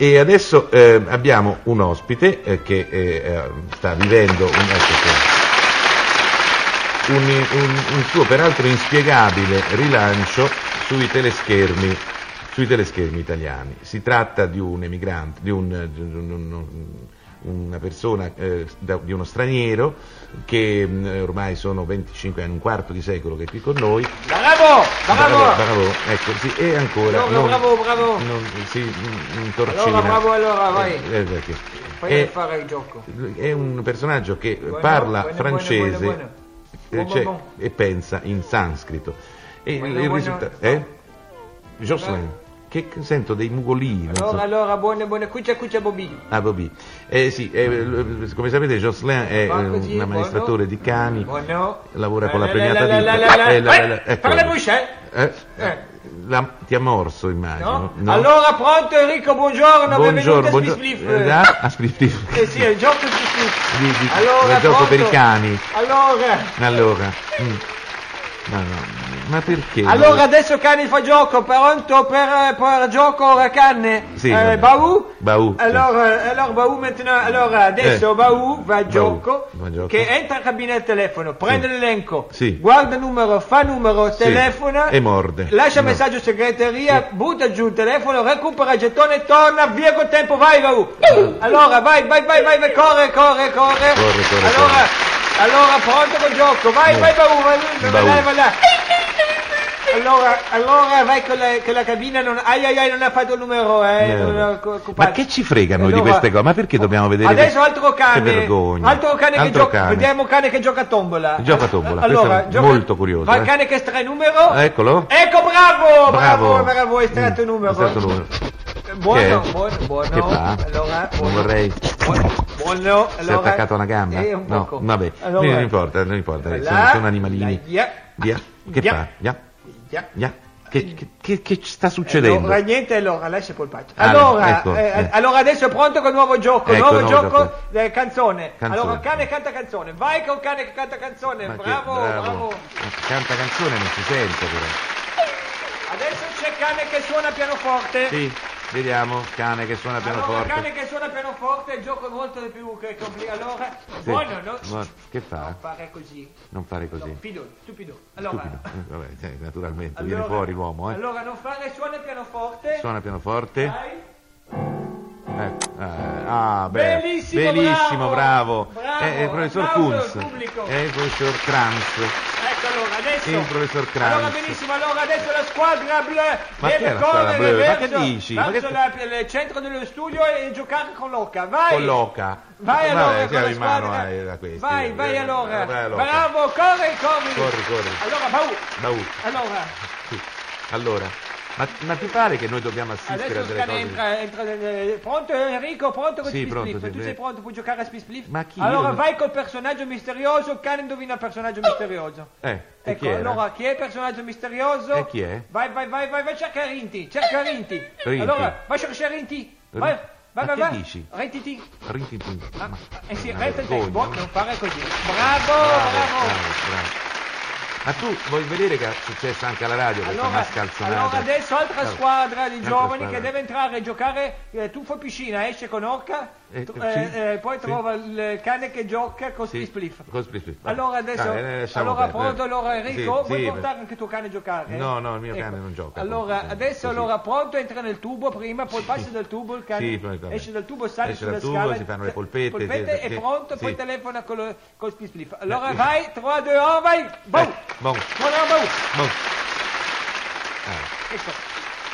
E adesso eh, abbiamo un ospite eh, che eh, eh, sta vivendo un, ecco qua. Un- un- un suo peraltro inspiegabile rilancio sui teleschermi, sui teleschermi italiani. Si tratta di un emigrante, di, un- di un- un- una persona, eh, da- di uno straniero che mh, ormai sono 25 anni, un quarto di secolo che è qui con noi. Bravo, Bravo, bravo. bravo, ecco, sì, e ancora. Bravo, bravo, bravo. non- sì, un- un Allora, torcina. bravo, allora, vai. Eh, eh, perché- Fai è, fare il gioco. è un personaggio che parla buono, francese buono, buono. eh, Buon, cioè, buon, buon. e pensa in sanscrito. E Buono, il buono. risultato è. Jocelyn, che sento dei mugolini. non so- Allora, allora, buona, buona, cuccia, cuccia, bobini. Ah, Bobby. Eh, sì, eh, l- come sapete Jocelyn è eh, Porco sì, un amministratore di cani, Buono. lavora con la Eh, premiata la, di... la, la, la, Eh, la, la, eh, la, ecco. parla voce, Eh? Eh. La- ti ha morso, immagino. No? Eh, no? Allora, pronto Enrico, buongiorno, Buongiorno, benvenuto a buongiorno. Spliff. Eh, ah, a Spliff, Spliff. Eh sì, è il gioco di Spliff. Di- di- Allora, del gioco pronto? per i cani. Allora, Allora, mm. ma, no, ma perché? allora adesso cani fa gioco, pronto per, per gioco ora canne. Sì, eh, vabbè. Baù? Baù, sì. Allora, allora Baù maintenant- allora adesso Eh. Baù va a Baù, gioco, va a gioco. che entra in cabina del telefono, prende Sì. l'elenco, Sì. guarda il numero, fa numero, Sì. telefona. E morde. Lascia No. messaggio segreteria, butta giù il telefono, recupera il gettone e torna via col tempo, vai Baù. Allora, vai, vai, vai, vai, vai, corre, corre, corre. Corre, corre, allora, corre. allora pronto col gioco, vai, Eh. vai Baù, vai, vai, vai, Baù. vai, vai, là. Allora, allora vai con la, con la cabina, non, ai ai ai non ha fatto il numero, eh, Eh, non vabbè. ha co- occupato. ma che ci frega a noi di Allora, queste cose? Ma perché dobbiamo vedere? Adesso che- altro cane, Che vergogna. altro cane che Altro gioca, cane. vediamo cane che gioca a tombola. Gioca a tombola, allora, questo è molto curioso, Va il eh. cane che estrae il numero. Ah, Eccolo. Ecco, bravo, Bravo. bravo, bravo, hai estratto il Mm, numero. estratto il numero. Eh, Buono, Che è? buono, buono. Che fa? Allora, Non buono. vorrei. Buono, buono, Si è allora- attaccato a una gamba? Eh, un no, poco. vabbè, Allora, non importa, non importa, Là, sono, sono animalini. là, via. Via. Che Ah, Via. Eh, fa? Via. Via. Via. Che, che- che- che ci sta succedendo? Allora, niente, allora, lascia col patto. Ah, Allora, ecco, eh, eh. allora adesso è pronto col nuovo gioco, Ecco, nuovo nuovo gioco, gioco. eh, canzone. Canzone. Allora, cane canta canzone, vai con cane che canta canzone, Ma che- bravo, bravo. Ma Canta canzone non si sente però. Adesso c'è cane che suona pianoforte. Sì, vediamo, cane che suona Allora, pianoforte. cane che suona pianoforte, il gioco è molto di più che complicato. Allora, Sì. buono, no? Buono. Che fa? Fare così, Non fare così. stupido, stupido. Allora, Stupido. Eh, Vabbè, cioè, naturalmente, allora- viene fuori l'uomo, eh. Allora, non fare suona il pianoforte. Suona pianoforte. Vai. Ecco, eh, ah, beh, Bellissimo, bellissimo, bravo. bravo. Bravo, Eh, il professor applauso al Kunz. pubblico. Eh, il professor Kranz. Ecco allora, adesso. Il professor Kranz. Allora benissimo, allora adesso la squadra blu Ma che è deve la squadra correre blu? Ma che verso, dici? Ma verso che- la- il centro dello studio e giocare con l'oca. Vai! Colloca. Vai allora, Vabbè, con siamo la in mano squadra. eh, da questi. Vai, vai Eh, allora. vai allora. Bravo, corri, corri. Corri, corri. Allora, Bau. Baù, Allora, sì. Allora, ma, ma ti pare che noi dobbiamo assistere adesso a delle Scan cose? entra, entra nel- nel- pronto Enrico, pronto con eh, Sì, Spliff pronto, Spliff? sì, tu beh. sei pronto, puoi giocare a Spliff Spliff? Ma chi? Io Allora non- vai col personaggio misterioso, cane indovina il personaggio misterioso. Eh, e Ecco, chi era? allora, chi è il personaggio misterioso? E chi è? Vai, vai, vai, vai, vai, cerca Rinti, cerca Rinti. Rinti. Allora, vai, cerca Rinti. Vai, Rin- Ma vai, vai. che vai. dici? Rintiti. Rintintin. Ah, Ma- eh sì, una resta il vergogna. Ah, ecco. tempo, non fare così. Bravo, Bravo, bravo. bravo, bravo. Ma tu vuoi vedere che è successo anche alla radio questa Allora, mascalzonata? allora adesso altra Allora, squadra di altra giovani squadra. che deve entrare e giocare eh, tuffo piscina, esce con Orca, Eh, tr- sì, eh, eh, poi sì. trova il cane che gioca con Sì, Spliff. con Spliff Spliff. Allora Dai, adesso, eh, lasciamo allora perdere. pronto, allora Enrico, Sì, vuoi sì, portare anche tuo cane a giocare? Ecco. No, no, il mio cane non gioca. Allora, Così. adesso allora pronto, entra nel tubo prima, poi passa dal tubo, il cane Sì, poi vabbè. esce dal tubo, sale Esce sulla dal tubo, scala. si fanno le polpette, sì, è sì. pronto, poi Sì. telefona con lo- col Spliff Spliff. Allora vai, 3, 2, 1, vai, boom! Eh, boom. Buon anno, boom! Boh. Ah, Ecco.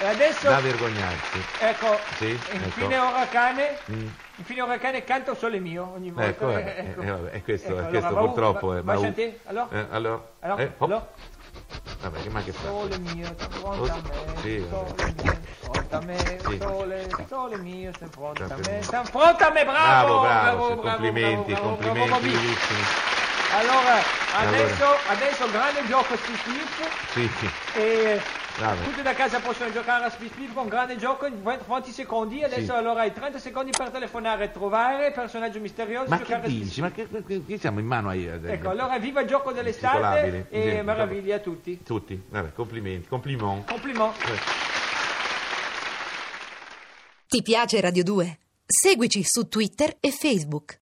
E adesso, da vergognarsi. ecco, Sì, infine ecco. ora cane, Mm. infine ora cane canto sole mio ogni volta. Ecco, eh, eh, Ecco. eh, vabbè, è questo, Ecco, è allora, questo Baù, purtroppo. va- è vai, Baù. senti, allora? Eh, allora? Allora, Eh, hop. allora. Vabbè, che ma che fa? Sole mio, ti pronto a Oh, me, sì, sole vabbè. mio, sole fronte a me, Sì. sole, sole mio, sta in fronte a Sempre me, mio. sta in fronte a me, bravo, bravo! bravo, bravo, complimenti, bravo, bravo, complimenti, bravo, bravo, bravo. bellissimi. Allora, Allora. adesso, adesso grande gioco a Split Flip Sì, sì, e Bravo. tutti da casa possono giocare a Split Flip con grande gioco in 20 20 secondi, adesso Sì. allora hai 30 secondi per telefonare, trovare personaggio misterioso, Ma che giocare a Split dici? Ma che, che- che siamo in mano a Flip. Ecco, allora viva il gioco Intitolabili, dell'estate e esempio, meraviglia a tutti. Tutti, vabbè, complimenti, complimenti. Complimenti. Ti piace Radio 2? Seguici su Twitter e Facebook.